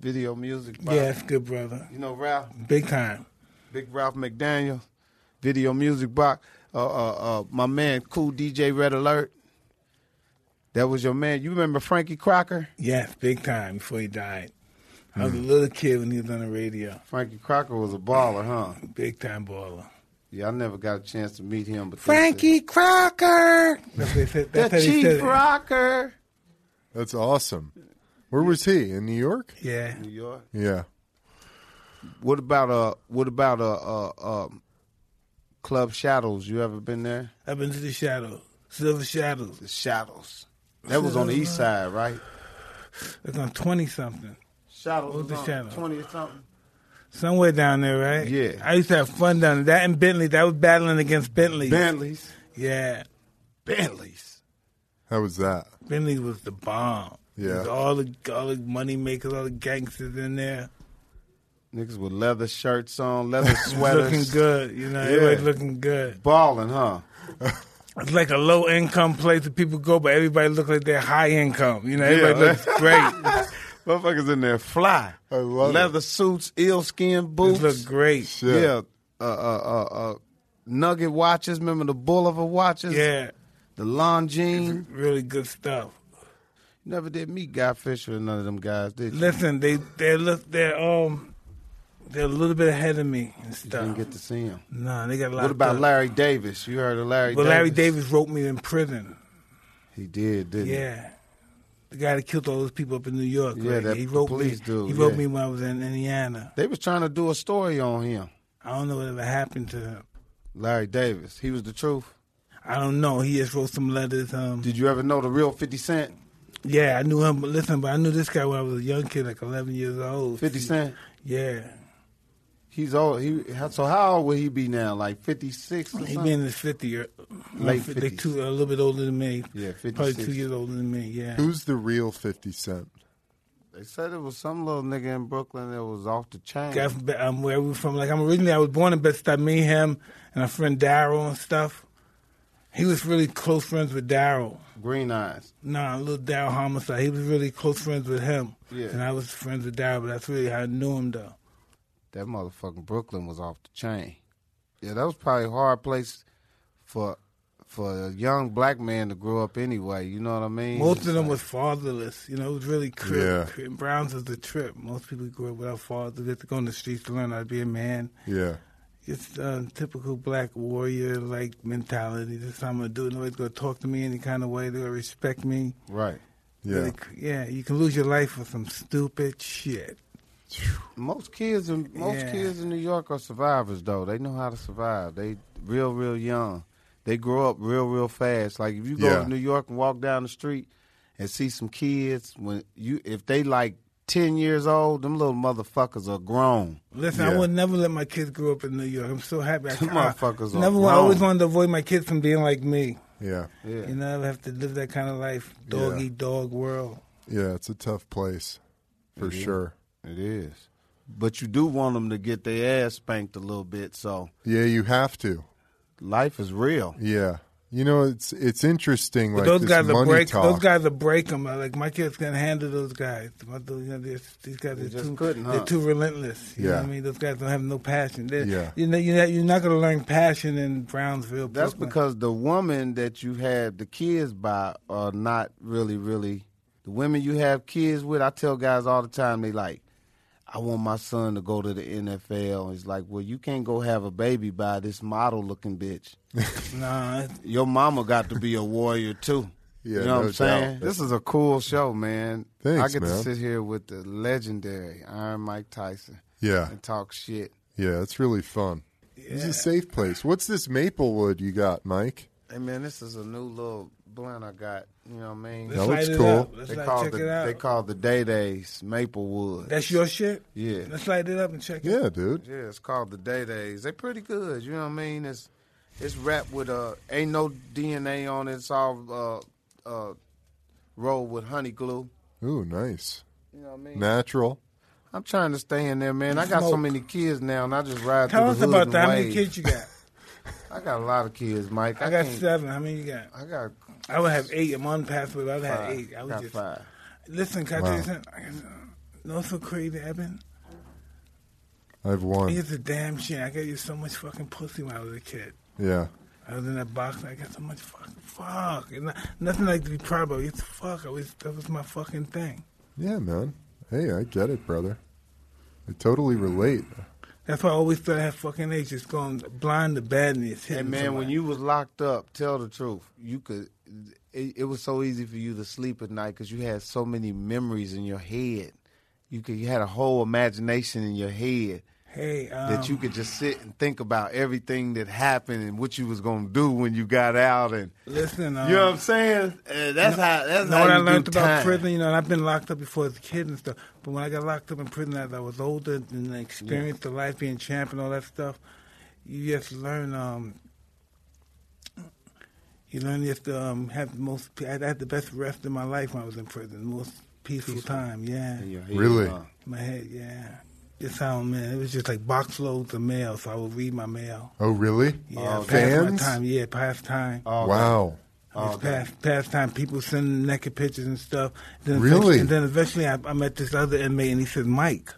S1: video music. by-
S2: Yeah, that's good, brother.
S1: you know Ralph.
S2: Big time.
S1: Big Ralph McDaniel, Video Music Box, uh, uh, uh, my man, cool DJ Red Alert. That was your man. You remember Frankie Crocker?
S2: Yes, big time. Before he died, I was a little kid when he was on the radio.
S1: Frankie Crocker was a baller, huh?
S2: Big time baller.
S1: Yeah, I never got a chance to meet him. But they
S2: Frankie Crocker. That's what he said.
S1: said-
S2: That's how
S1: the
S2: he said
S1: Chief
S2: it.
S1: Rocker,
S3: That's awesome. Where was he? In New York?
S2: Yeah.
S1: New York.
S3: Yeah.
S1: What about uh? What about uh? uh um, Club Shadows. You ever been there?
S2: I've been to the shadows. Silver Shadows.
S1: The Shadows. That was on the east side, right?
S2: It's on 20 something.
S1: Shadows
S2: What
S1: was
S2: was the
S1: on
S2: Shadow?
S1: twenty or something.
S2: Somewhere down there, right?
S1: Yeah.
S2: I used to have fun down there. That and Bentley. That was battling against Bentley.
S1: Bentleys.
S2: yeah.
S1: Bentleys.
S3: How was that?
S2: Bentley was the bomb.
S3: Yeah.
S2: There's All the, all the money makers, all the gangsters in there.
S1: Niggas with leather shirts on, leather
S2: (laughs) Looking
S1: sweaters.
S2: good. You know, everybody's looking good.
S1: Balling, huh?
S2: It's like a low income place that people go, but everybody look like they're high income. You know, everybody
S1: Yeah.
S2: looks
S1: (laughs)
S2: great.
S1: Motherfuckers in there fly.
S3: I love it.
S1: Leather suits, eel skin boots.
S2: It look great.
S3: Shit.
S1: Yeah. Uh, uh, uh, uh, nugget watches. Remember the Boulevard watches?
S2: Yeah.
S1: The Longines.
S2: Really good stuff.
S1: Never did meet Guy Fisher or none of them guys, did you?
S2: Listen, they they're look they're um they're a little bit ahead of me and
S1: Didn't
S2: stuff.
S1: get to see him.
S2: nah, they got a lot.
S1: What about
S2: of
S1: Larry Davis? You heard of Larry
S2: uh, Well,
S1: Davis?
S2: Larry Davis wrote me in prison.
S1: He did, didn't he?
S2: Yeah, the guy that killed all those people up in New York.
S1: Yeah,
S2: right?
S1: that
S2: he wrote
S1: police
S2: me.
S1: dude,
S2: he wrote
S1: yeah.
S2: me when I was in Indiana.
S1: They was trying to do a story on him.
S2: I don't know whatever happened to him.
S1: Larry Davis. He was the truth.
S2: I don't know. He just wrote some letters. Um,
S1: Did you ever know the real 50 Cent?
S2: yeah, I knew him. But listen, but I knew this guy when I was a young kid, like 11 years old.
S1: 50 Cent?
S2: Yeah,
S1: He's old. He so how old would he be now? Like fifty six or
S2: he
S1: something.
S2: be in his 50 or
S1: Late
S2: they
S1: 50s.
S2: two a little bit older than me.
S1: Yeah,
S2: probably
S1: 56.
S2: two years older than me. Yeah.
S3: Who's the real 50 Cent?
S1: They said it was some little nigga in Brooklyn that was off the chain.
S2: guy from Be- um, where we from. Like I'm originally, I was born in Bed Stuy. Me, him, and our friend Daryl and stuff. He was really close friends with Daryl.
S1: Green eyes.
S2: Nah, little Daryl homicide. He was really close friends with him,
S1: Yeah.
S2: and I was friends with Daryl. But that's really how I knew him, though.
S1: That motherfucking Brooklyn was off the chain. Yeah, that was probably a hard place for for a young black man to grow up anyway. You know what I mean?
S2: Most of them was fatherless. You know, it was really crip.
S3: Yeah.
S2: Crip- Browns was the trip. Most people grew up without fathers. They had to go on the streets to learn how to be a man.
S3: Yeah.
S2: It's uh, typical black warrior like mentality. This is how I'm gonna do it. Nobody's gonna talk to me any kind of way. They're gonna respect me.
S1: right.
S3: Yeah.
S2: Like, yeah, you can lose your life for some stupid shit.
S1: Most kids in most
S2: Yeah.
S1: kids in New York are survivors though. They know how to survive. They real real young. They grow up real real fast. Like if you go
S3: Yeah.
S1: to New York and walk down the street and see some kids when you if they like 10 years old, them little motherfuckers are grown.
S2: Listen, I
S3: Yeah.
S2: would never let my kids grow up in New York. I'm so happy. I
S1: Them
S2: I-
S1: motherfuckers are
S2: Never. I always
S1: grown.
S2: wanted to avoid my kids from being like me.
S3: Yeah.
S1: Yeah.
S2: You know, I have to live that kind of life, dog
S3: Yeah.
S2: eat dog world.
S3: Yeah. It's a tough place for
S2: Mm-hmm.
S3: sure.
S1: It is. But you do want them to get their ass spanked a little bit, so
S3: Yeah. You have to.
S1: life is real.
S3: Yeah. You know, it's it's interesting. Like
S2: those
S3: this
S2: guys are
S3: money
S2: break.
S3: talk.
S2: Those guys are break them. Like my kids can handle those guys. My, you know, they're- these guys are
S1: just
S2: too.
S1: couldn't, huh?
S2: They're too relentless. You know
S3: Yeah.
S2: what I mean, those guys don't have no passion. They're,
S3: Yeah.
S2: You know, you're not, you're not going to learn passion in Brownsville.
S1: That's
S2: Brooklyn.
S1: because the woman that you have the kids by are not really, really the women you have kids with. I tell guys all the time, they like, I want my son to go to the NFL. It's like, well, you can't go have a baby by this model looking bitch.
S2: nah, it's-
S1: Your mama got to be a warrior too.
S3: (laughs) Yeah,
S1: you know
S3: no
S1: what I'm saying?
S3: doubt.
S1: This is a cool show, man.
S3: Thanks,
S1: I get to
S3: man.
S1: sit here with the legendary Iron Mike Tyson
S3: Yeah.
S1: and talk shit.
S3: Yeah. It's really fun. It's a safe place. What's this maple wood you got, Mike?
S1: Hey man, this is a new little blend I got. You know what I mean?
S2: let's
S3: looks
S2: light it
S3: cool.
S2: up. Let's
S1: They
S2: light-
S1: call
S2: check
S1: the
S2: it out.
S1: they call the Day Days Maplewood.
S2: That's your shit.
S1: yeah,
S2: Let's light it up and check it.
S3: Yeah, dude.
S1: yeah. It's called the Day Days. They pretty good. You know what I mean? It's it's wrapped with uh ain't no DNA on it. It's all uh uh rolled with honey glue.
S3: Ooh, nice.
S1: You know what I mean?
S3: Natural.
S1: I'm trying to stay in there, man. I got so
S2: Smoke.
S1: many kids now, and I just ride
S2: Tell
S1: through
S2: us
S1: the hood
S2: about
S1: and
S2: that. How many
S1: wave.
S2: kids
S1: (laughs)
S2: you got?
S1: I got a lot of kids, Mike. I,
S2: I got
S1: can't-
S2: seven. How many you got?
S1: I got
S2: I would have eight. I'm on pathway. but I would have
S1: five.
S2: eight. I
S1: I
S2: would
S1: got
S2: just
S1: five.
S2: listen. Can I tell you
S3: Wow.
S2: something? I guess, uh, No, it's so crazy, Evan.
S3: I've won.
S2: Here's the damn shit. I got you so much fucking pussy when I was a kid.
S3: Yeah.
S2: I was in that box. I got so much fucking fuck. And not, nothing like to be proud about. It's fuck. I was, that was my fucking thing.
S3: Yeah, man. Hey, I get it, brother. I totally relate.
S2: That's why I always thought I had fucking age. Just going blind to badness.
S1: Hey
S2: hitting
S1: man, when
S2: somebody.
S1: you was locked up, tell the truth. You could. It, it was so easy for you to sleep at night because you had so many memories in your head. You could. You had a whole imagination in your head
S2: hey um,
S1: that you could just sit and think about everything that happened and what you was gonna do when you got out. And
S2: listen. Um,
S1: you know what I'm saying? Uh, that's how. That's
S2: You know
S1: how
S2: what
S1: you
S2: I learned
S1: do
S2: about
S1: time.
S2: prison, you know, and I've been locked up before as a kid and stuff. But when I got locked up in prison, as I was older and I experienced the life being champ and all that stuff, you just learn. Um, you learn you have to um, have the most. I had the best rest of my life when I was in prison. The most peaceful, time, yeah.
S1: In your head,
S3: Really?
S1: huh?
S2: My head, yeah. Just how man, it was just like box loads of mail, so I would read my mail.
S3: Oh, really?
S2: Yeah,
S1: Oh,
S2: past my
S3: fans?
S2: time. Yeah, past time.
S1: Oh,
S3: Wow.
S2: It's past, past time, people sending naked pictures and stuff. Then
S3: Really?
S2: eventually- And then eventually I, I met this other inmate and he said, Mike,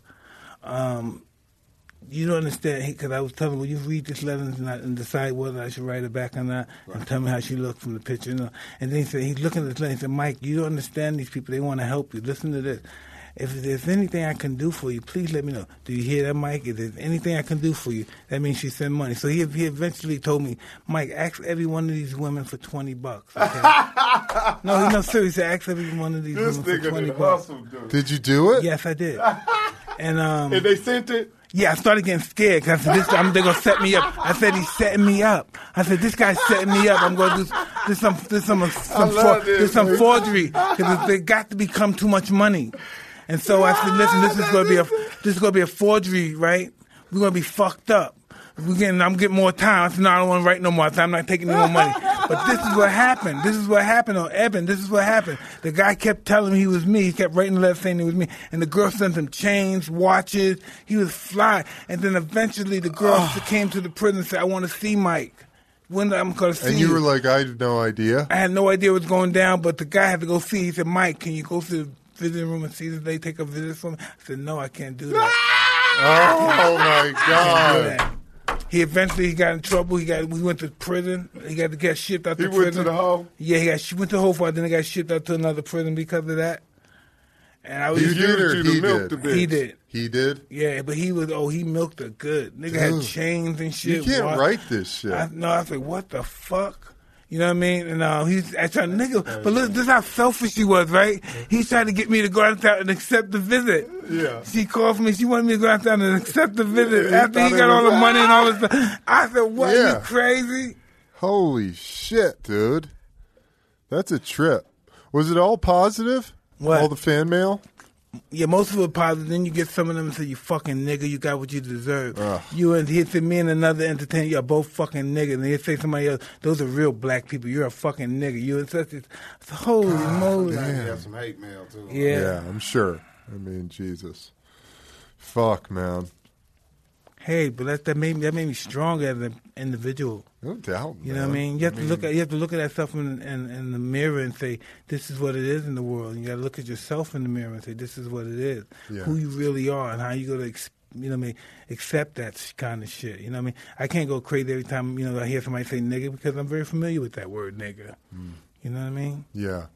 S2: um, you don't understand, because I was telling him, well, you read this letter and, I, and decide whether I should write it back or not, and tell me how she looked from the picture. And, all." and then he said, he's looking at this letter and he said, Mike, you don't understand these people. They want to help you. Listen to this. If there's anything I can do for you, please let me know. Do you hear that, Mike? If there's anything I can do for you, that means she sent money. So he, he eventually told me, Mike, ask every one of these women for 20 bucks. Okay? no, he- no, seriously, ask every one of these women for 20 bucks.
S1: dude.
S3: Did you do it?
S2: Yes, I did. And um,
S1: They sent it.
S2: yeah, I started getting scared because this I'm, they're gonna set me up. I said he's setting me up. I said this guy's setting me up. I'm gonna do this some this some some, for,
S1: love this,
S2: this some
S1: man.
S2: forgery because there got to become too much money. And so I said, listen, this is gonna be a this is gonna be a forgery, right? We're gonna be fucked up. We getting I'm getting more time. I said, no, I don't want to write no more. I said, I'm not taking no more money. But this is what happened. This is what happened on Eben. This is what happened. The guy kept telling him he was me. He kept right and left saying he was me. And the girl sent him chains, watches. He was fly. And then eventually the girl came to the prison and said, I want to see Mike. When I'm going to see
S3: And you were like, I had no idea.
S2: I had no idea what was going down, but the guy had to go see. He said, Mike, can you go to the visiting room and see if they take a visit from me? I said, no, I can't do that. (laughs)
S3: Oh my
S2: I can't do
S3: god!
S2: that. He eventually he got in trouble. He got we went to prison. He got to get shipped out.
S3: He
S2: to
S3: went to
S2: prison.
S3: the hole?
S2: Yeah, he got she went to Whole Foods. Then he got shipped out to another prison because of that. And I was
S3: You did or
S4: you to
S3: he
S4: milk
S3: did?
S4: the
S2: he did.
S3: He did.
S2: Yeah, but he was oh he milked her good. Nigga had
S3: Dude.
S2: chains and shit.
S3: You can't
S2: wa-
S3: write this shit.
S2: I, no, I was like, what the fuck? You know what I mean? And uh, he's I tried nigga, but look, this is how selfish he was, right? He tried to get me to go out there and accept the visit.
S3: Yeah.
S2: She called me. She wanted me to go out there and accept the visit after he
S3: thought it
S2: got all
S3: was-
S2: the money and all
S3: (laughs)
S2: this stuff. I said, what?
S3: Yeah.
S2: You crazy?
S3: Holy shit, dude! That's a trip. Was it all positive?
S2: What?
S3: All the fan mail?
S2: Yeah, most of it positive. Then you get some of them and say, you fucking nigga, you got what you deserve. You and he said, me and another entertainer, you're both fucking niggas. And he'd say somebody else, those are real black people. You're a fucking nigga. You and such. I said, Holy
S3: Ah,
S2: moly.
S4: have some hate mail too.
S2: Yeah.
S3: Yeah, I'm sure. I mean, Jesus. Fuck, man.
S2: Hey, but that, that made me that made me stronger as an individual.
S3: No doubt.
S2: You know
S3: man.
S2: what I mean? You have to look at you have to look at that stuff in, in in the mirror and say, This is what it is in the world. And you gotta look at yourself in the mirror and say, This is what it is.
S3: Yeah.
S2: Who you really are and how you gonna ex- you know what I mean, accept that sh- kind of shit. You know what I mean? I can't go crazy every time, you know, I hear somebody say nigga because I'm very familiar with that word nigga. You know what I mean?
S3: Yeah.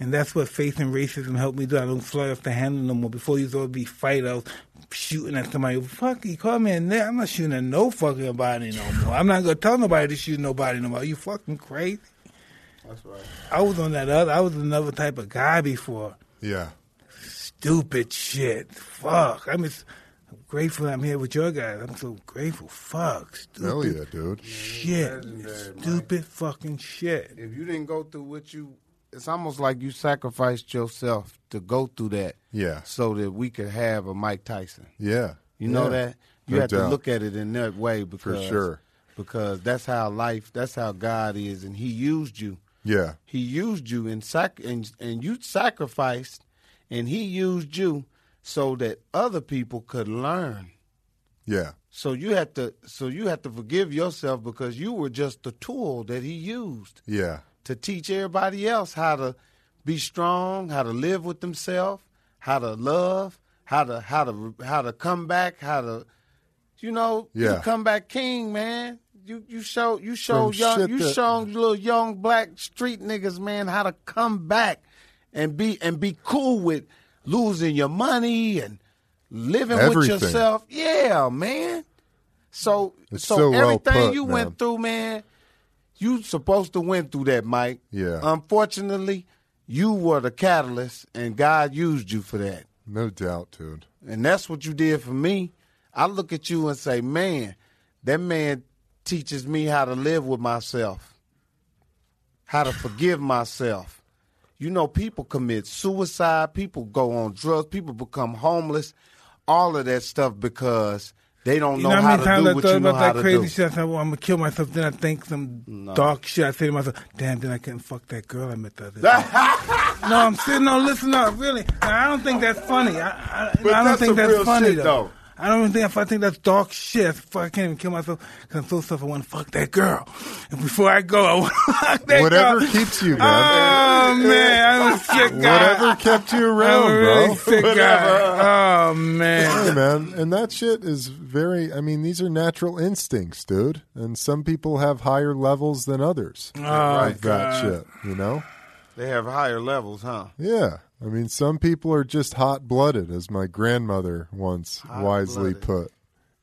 S2: And that's what faith and racism helped me do. I don't fly off the handle no more. Before you used to always be fight, I was shooting at somebody. Fuck, you call me a nigga. I'm not shooting at no fucking body no more. I'm not going to tell nobody to shoot nobody no more. You fucking crazy.
S4: That's right.
S2: I was on that other, I was another type of guy before.
S3: Yeah.
S2: Stupid shit. Fuck. I'm just grateful I'm here with your guys. I'm so grateful. Fuck. Stupid
S3: Hell yeah, dude.
S2: shit.
S4: Legendary, Mike.
S2: Stupid fucking shit.
S1: If you didn't go through what you, it's almost like you sacrificed yourself to go through that
S3: Yeah.
S1: so that we could have a Mike Tyson.
S3: Yeah.
S1: You know
S3: Yeah.
S1: that you
S3: No
S1: have to
S3: doubt.
S1: look at it in that way because
S3: sure.
S1: because that's how life, that's how God is, and He used you.
S3: Yeah.
S1: He used you and sac- and and you sacrificed, and He used you so that other people could learn.
S3: Yeah.
S1: So you have to so you have to forgive yourself because you were just the tool that He used
S3: Yeah.
S1: to teach everybody else how to be strong, how to live with themselves, how to love, how to how to how to come back, how to you know, you
S3: Yeah.
S1: come back king, man. You you show you show
S3: From
S1: young
S3: shit
S1: you
S3: that-
S1: show little young black street niggas, man, how to come back and be and be cool with losing your money and living with
S3: Everything.
S1: yourself. Yeah, man. So
S3: It's
S1: so,
S3: so well
S1: everything
S3: put,
S1: you
S3: man.
S1: went through, man, you supposed to went through that, Mike.
S3: Yeah.
S1: Unfortunately, you were the catalyst, and God used you for that,
S3: No doubt, dude.
S1: and that's what you did for me. I look at you and say, man, that man teaches me how to live with myself, how to forgive myself. You know, people commit suicide, people go on drugs, people become homeless, all of that stuff because they don't know,
S2: You know
S1: how
S2: how many
S1: to do
S2: times I
S1: what
S2: thought
S1: you know
S2: about
S1: how
S2: that
S1: to
S2: crazy
S1: do.
S2: shit? I thought, well, I'm gonna kill myself. Then I think some dark shit. I say to myself, damn, then I couldn't fuck that girl I met the other day. no, I'm sitting no, listen up, really. Now, I don't think that's funny. I, I,
S4: But
S2: I don't
S4: that's
S2: think
S4: some
S2: that's
S4: real
S2: funny
S4: shit,
S2: though.
S4: though.
S2: I don't even think if I think that's dark shit. That's fuck, I can't even kill myself because I'm so self. I want to fuck that girl, and before I go, I want to (laughs) fuck that
S3: Whatever
S2: girl. (laughs)
S3: keeps you,
S2: Oh
S3: man.
S2: man, I'm a sick guy.
S3: Whatever kept you
S2: I'm
S3: around,
S2: a really
S3: bro.
S2: sick guy. Oh man.
S3: Hey, man. And that shit is very, I mean, these are natural instincts, dude. And some people have higher levels than others of that shit, you know?
S1: They have higher levels, huh?
S3: Yeah. I mean, some people are just hot blooded, as my grandmother once wisely
S1: Hot-blooded.
S3: put.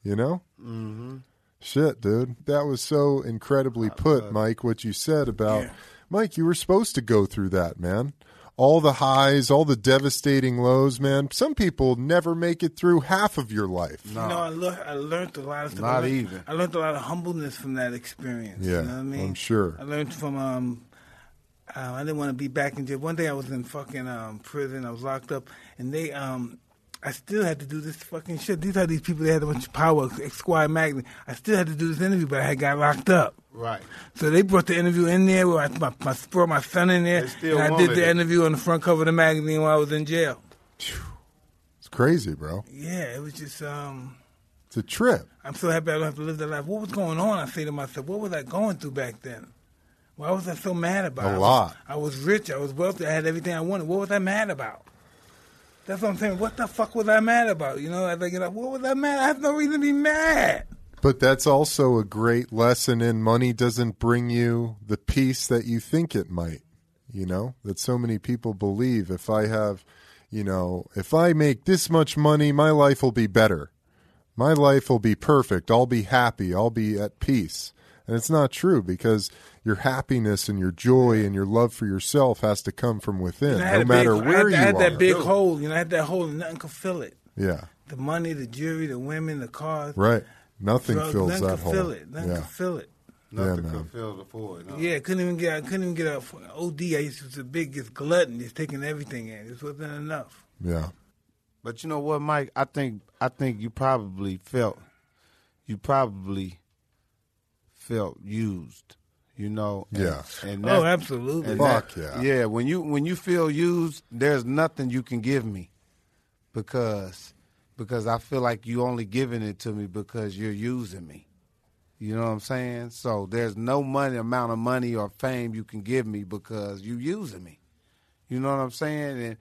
S3: You know? Mm-hmm. Shit, dude. That was so incredibly put, Mike, what you said about. Mike, you were supposed to go through that, man. All the highs, all the devastating lows, man. Some people never make it through half of your life.
S2: You know, I, lear- I learned a lot of stuff.
S1: Not
S2: I learned,
S1: even.
S2: I learned a lot of humbleness from that experience. you
S3: Yeah,
S2: know what I mean?
S3: I'm sure.
S2: I learned from um, uh, I didn't want to be back in jail. One day I was in fucking um prison. I was locked up, and they um, I still had to do this fucking shit. These are these people that had a bunch of power, X Squad Magnet. I still had to do this interview, but I had got locked up.
S4: Right.
S2: So they brought the interview in there. Where I, my, my brought my son in there,
S4: They still
S2: and I
S4: wanted
S2: did the
S4: it.
S2: interview on the front cover of the magazine while I was in jail.
S3: It's crazy, bro.
S2: Yeah, it was just. um
S3: It's a trip.
S2: I'm so happy I don't have to live that life. What was going on? I say to myself, what was I going through back then? Why was I so mad about
S3: A
S2: it? I was-
S3: lot.
S2: I was rich. I was wealthy. I had everything I wanted. What was I mad about? That's what I'm saying. What the fuck was I mad about? You know, as I get up, what was I mad? I have no reason to be mad.
S3: But that's also a great lesson in money doesn't bring you the peace that you think it might. You know, that so many people believe if I have, you know, if I make this much money, my life will be better. My life will be perfect. I'll be happy. I'll be at peace. And it's not true because your happiness and your joy and your love for yourself has to come from within,
S2: And I
S3: no
S2: had a
S3: matter
S2: big,
S3: where
S2: I had,
S3: you
S2: I had
S3: are.
S2: that big hole. You know, I had that hole and nothing could fill it.
S3: yeah,
S2: The money, the jewelry, the women, the cars.
S3: right. Nothing
S2: drugs,
S3: fills
S2: nothing
S3: that
S2: could
S3: hole.
S2: fill it. Nothing
S3: yeah.
S2: could fill it.
S4: Nothing
S3: man.
S4: could fill the void. No.
S2: Yeah, couldn't even get. I couldn't even get a f- OD. I used to was the biggest glutton, just taking everything in. This wasn't enough.
S3: yeah.
S1: But you know what, Mike? I think I think you probably felt you probably felt used. You know? And-
S3: Yeah.
S1: And
S2: Oh,
S1: that's-
S2: absolutely.
S1: and
S3: Fuck
S1: that-
S3: yeah.
S1: Yeah. When you when you feel used, there's nothing you can give me because because I feel like you only giving it to me because you're using me. You know what I'm saying? So there's no money amount of money or fame you can give me because you using me. You know what I'm saying? And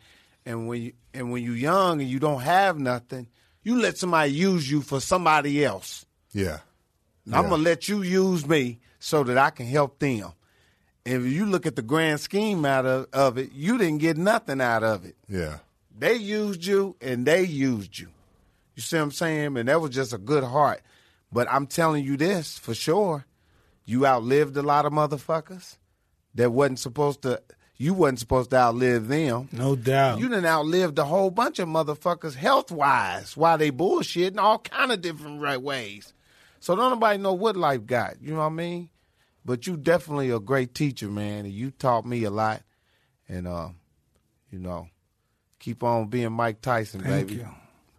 S1: and when you and when you young and you don't have nothing, you let somebody use you for somebody else.
S3: Yeah.
S1: And I'm gonna let you use me so that I can help them. And if you look at the grand scheme out of, of it, you didn't get nothing out of it.
S3: Yeah.
S1: They used you and they used you. You see what I'm saying? And that was just a good heart. But I'm telling you this for sure. You outlived a lot of motherfuckers that wasn't supposed to you wasn't supposed to outlive them.
S2: No doubt.
S1: You done outlived a whole bunch of motherfuckers health wise while they bullshitting all kind of different right ways. So don't nobody know what life got, you know what I mean? But you definitely a great teacher, man, and you taught me a lot. And uh, you know, keep on being Mike Tyson,
S2: Thank
S1: baby.
S2: you.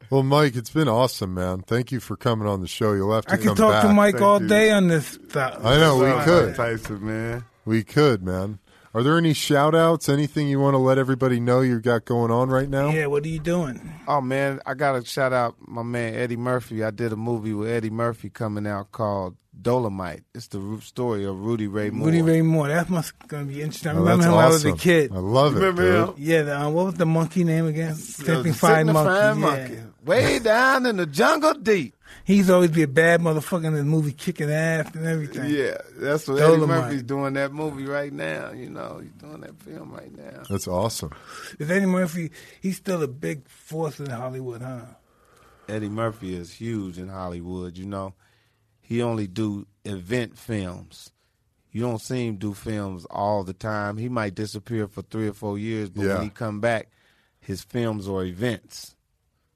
S3: Well, Mike, it's been awesome, man. Thank you for coming on the show. You'll have to
S2: I
S3: come
S2: could talk
S3: back.
S2: to Mike
S1: Thank
S2: all
S1: you.
S2: day on this stuff.
S3: I know we could.
S1: Tyson, man.
S3: We could, man. Are there any shout outs? Anything you want to let everybody know you've got going on right now?
S2: Yeah, what are you doing?
S1: Oh man, I gotta shout out my man Eddie Murphy. I did a movie with Eddie Murphy coming out called Dolomite. It's the ru- story of Rudy Ray Moore.
S2: Rudy Ray Moore. That's must gonna be interesting. I
S3: Oh,
S2: remember
S3: that's
S2: him when I was a
S3: awesome.
S2: kid.
S3: I love it.
S1: Remember
S3: dude.
S1: him?
S2: Yeah, the, uh, what was the monkey name again?
S1: Sitting
S2: Something fine
S1: the
S2: monkey.
S1: fine
S2: yeah.
S1: monkey. Way down in the jungle
S2: (laughs)
S1: deep.
S2: He's always be a bad motherfucker in the movie, kicking ass and everything.
S1: Yeah, that's what
S2: Dolomite.
S1: Eddie Murphy's doing that movie right now. You know, he's doing that film right now.
S3: That's awesome.
S2: Is Eddie Murphy? He's still a big force in Hollywood, huh?
S1: Eddie Murphy is huge in Hollywood. You know, he only do event films. You don't see him do films all the time. He might disappear for three or four years, but
S3: Yeah.
S1: when he come back, his films are events.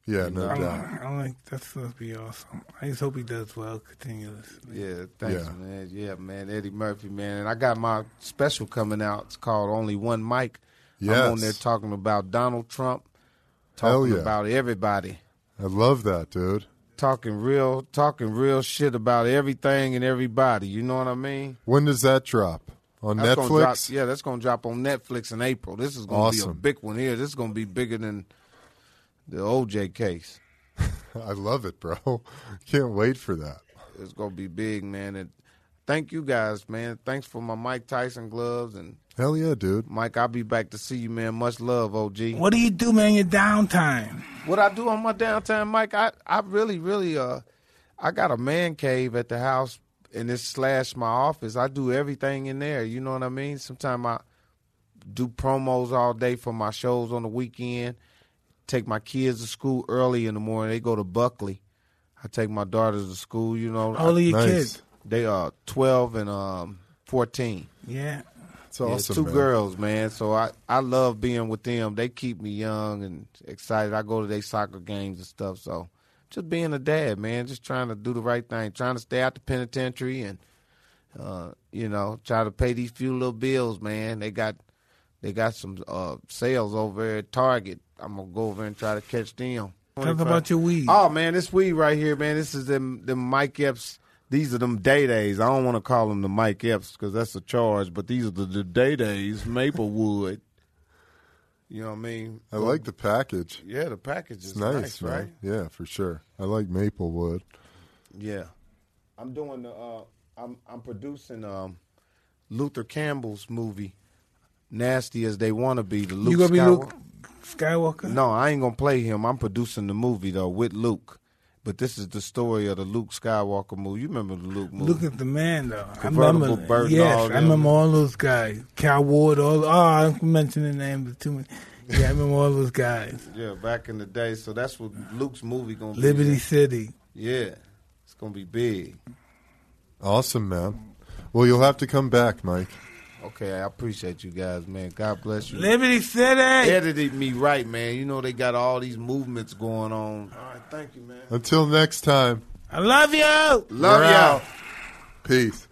S3: Yeah, no
S2: I'm,
S3: doubt.
S1: uh,
S2: I'm like, that's gonna be awesome. I just hope he does well continuously.
S1: Yeah, thanks,
S3: Yeah.
S1: man. Yeah, man, Eddie Murphy, man. And I got my special coming out. It's called Only One Mic.
S3: Yes.
S1: I'm on there talking about Donald Trump,
S3: Hell
S1: talking
S3: yeah.
S1: about everybody.
S3: I love that, dude.
S1: Talking real, talking real shit about everything and everybody. You know what I mean?
S3: When does that drop? On
S1: That's Gonna drop,
S3: Netflix?
S1: yeah, that's gonna drop on Netflix in April. This is gonna be a
S3: Awesome.
S1: big one here. This is gonna be bigger than the OJ case.
S3: (laughs) I love it, bro. (laughs) Can't wait for that.
S1: It's gonna be big, man. And thank you guys, man. Thanks for my Mike Tyson gloves and
S3: Hell yeah, dude.
S1: Mike. I'll be back to see you, man. Much love, OG.
S2: What do you do, man? in Your downtime.
S1: What I do on my downtime, Mike, I, I really, really, uh, I got a man cave at the house and it's slash my office. I do everything in there. You know what I mean? Sometimes I do promos all day for my shows on the weekend. Take my kids to school early in the morning. They go to Buckley. I take my daughters to school. You know,
S2: All of your
S3: nice.
S2: kids.
S1: they are twelve and um fourteen.
S2: Yeah.
S3: It's
S1: Yeah,
S3: awesome.
S1: two
S3: man.
S1: girls, man. So I, I love being with them. They keep me young and excited. I go to their soccer games and stuff. So just being a dad, man, just trying to do the right thing, trying to stay out the penitentiary and uh, you know, try to pay these few little bills, man. They got they got some uh, sales over at Target. I'm gonna go over and try to catch them.
S2: Talk about your weed.
S1: Oh man, this weed right here, man. This is them them Mike Epps. These are them day days. I don't want to call them the Mike Epps because that's a charge, but these are the, the day days Maplewood. you know what I mean?
S3: I like the package.
S1: Yeah, the package is
S3: It's nice,
S1: right?
S3: man. Yeah, for sure. I like Maplewood.
S1: Yeah, I'm doing the. Uh, I'm I'm producing um, Luther Campbell's movie, Nasty as They Want to Be. The Luke
S2: you gonna be
S1: Skywalker.
S2: Luke Skywalker?
S1: No, I ain't gonna play him. I'm producing the movie though with Luke. But this is the story of the Luke Skywalker movie. You remember the Luke movie?
S2: Look at the man though. I
S1: Convertible
S2: remember,
S1: Burton, all
S2: yes, I
S1: them.
S2: remember all those guys. Cal Ward, all. Oh, I'm mentioning names too many. Yeah, I remember all
S1: (laughs)
S2: those guys.
S1: yeah, back in the day. So that's what Luke's movie gonna
S2: Liberty
S1: be.
S2: City.
S1: Yeah, it's gonna be big.
S3: Awesome, man. Well, you'll have to come back, Mike.
S1: Okay, I appreciate you guys, man. God bless you.
S2: Liberty City.
S1: Edited me right, man. You know they got all these movements going on.
S2: All right, thank you, man.
S3: Until next time,
S2: I love you.
S1: Love
S3: We're
S1: y'all.
S3: out. peace.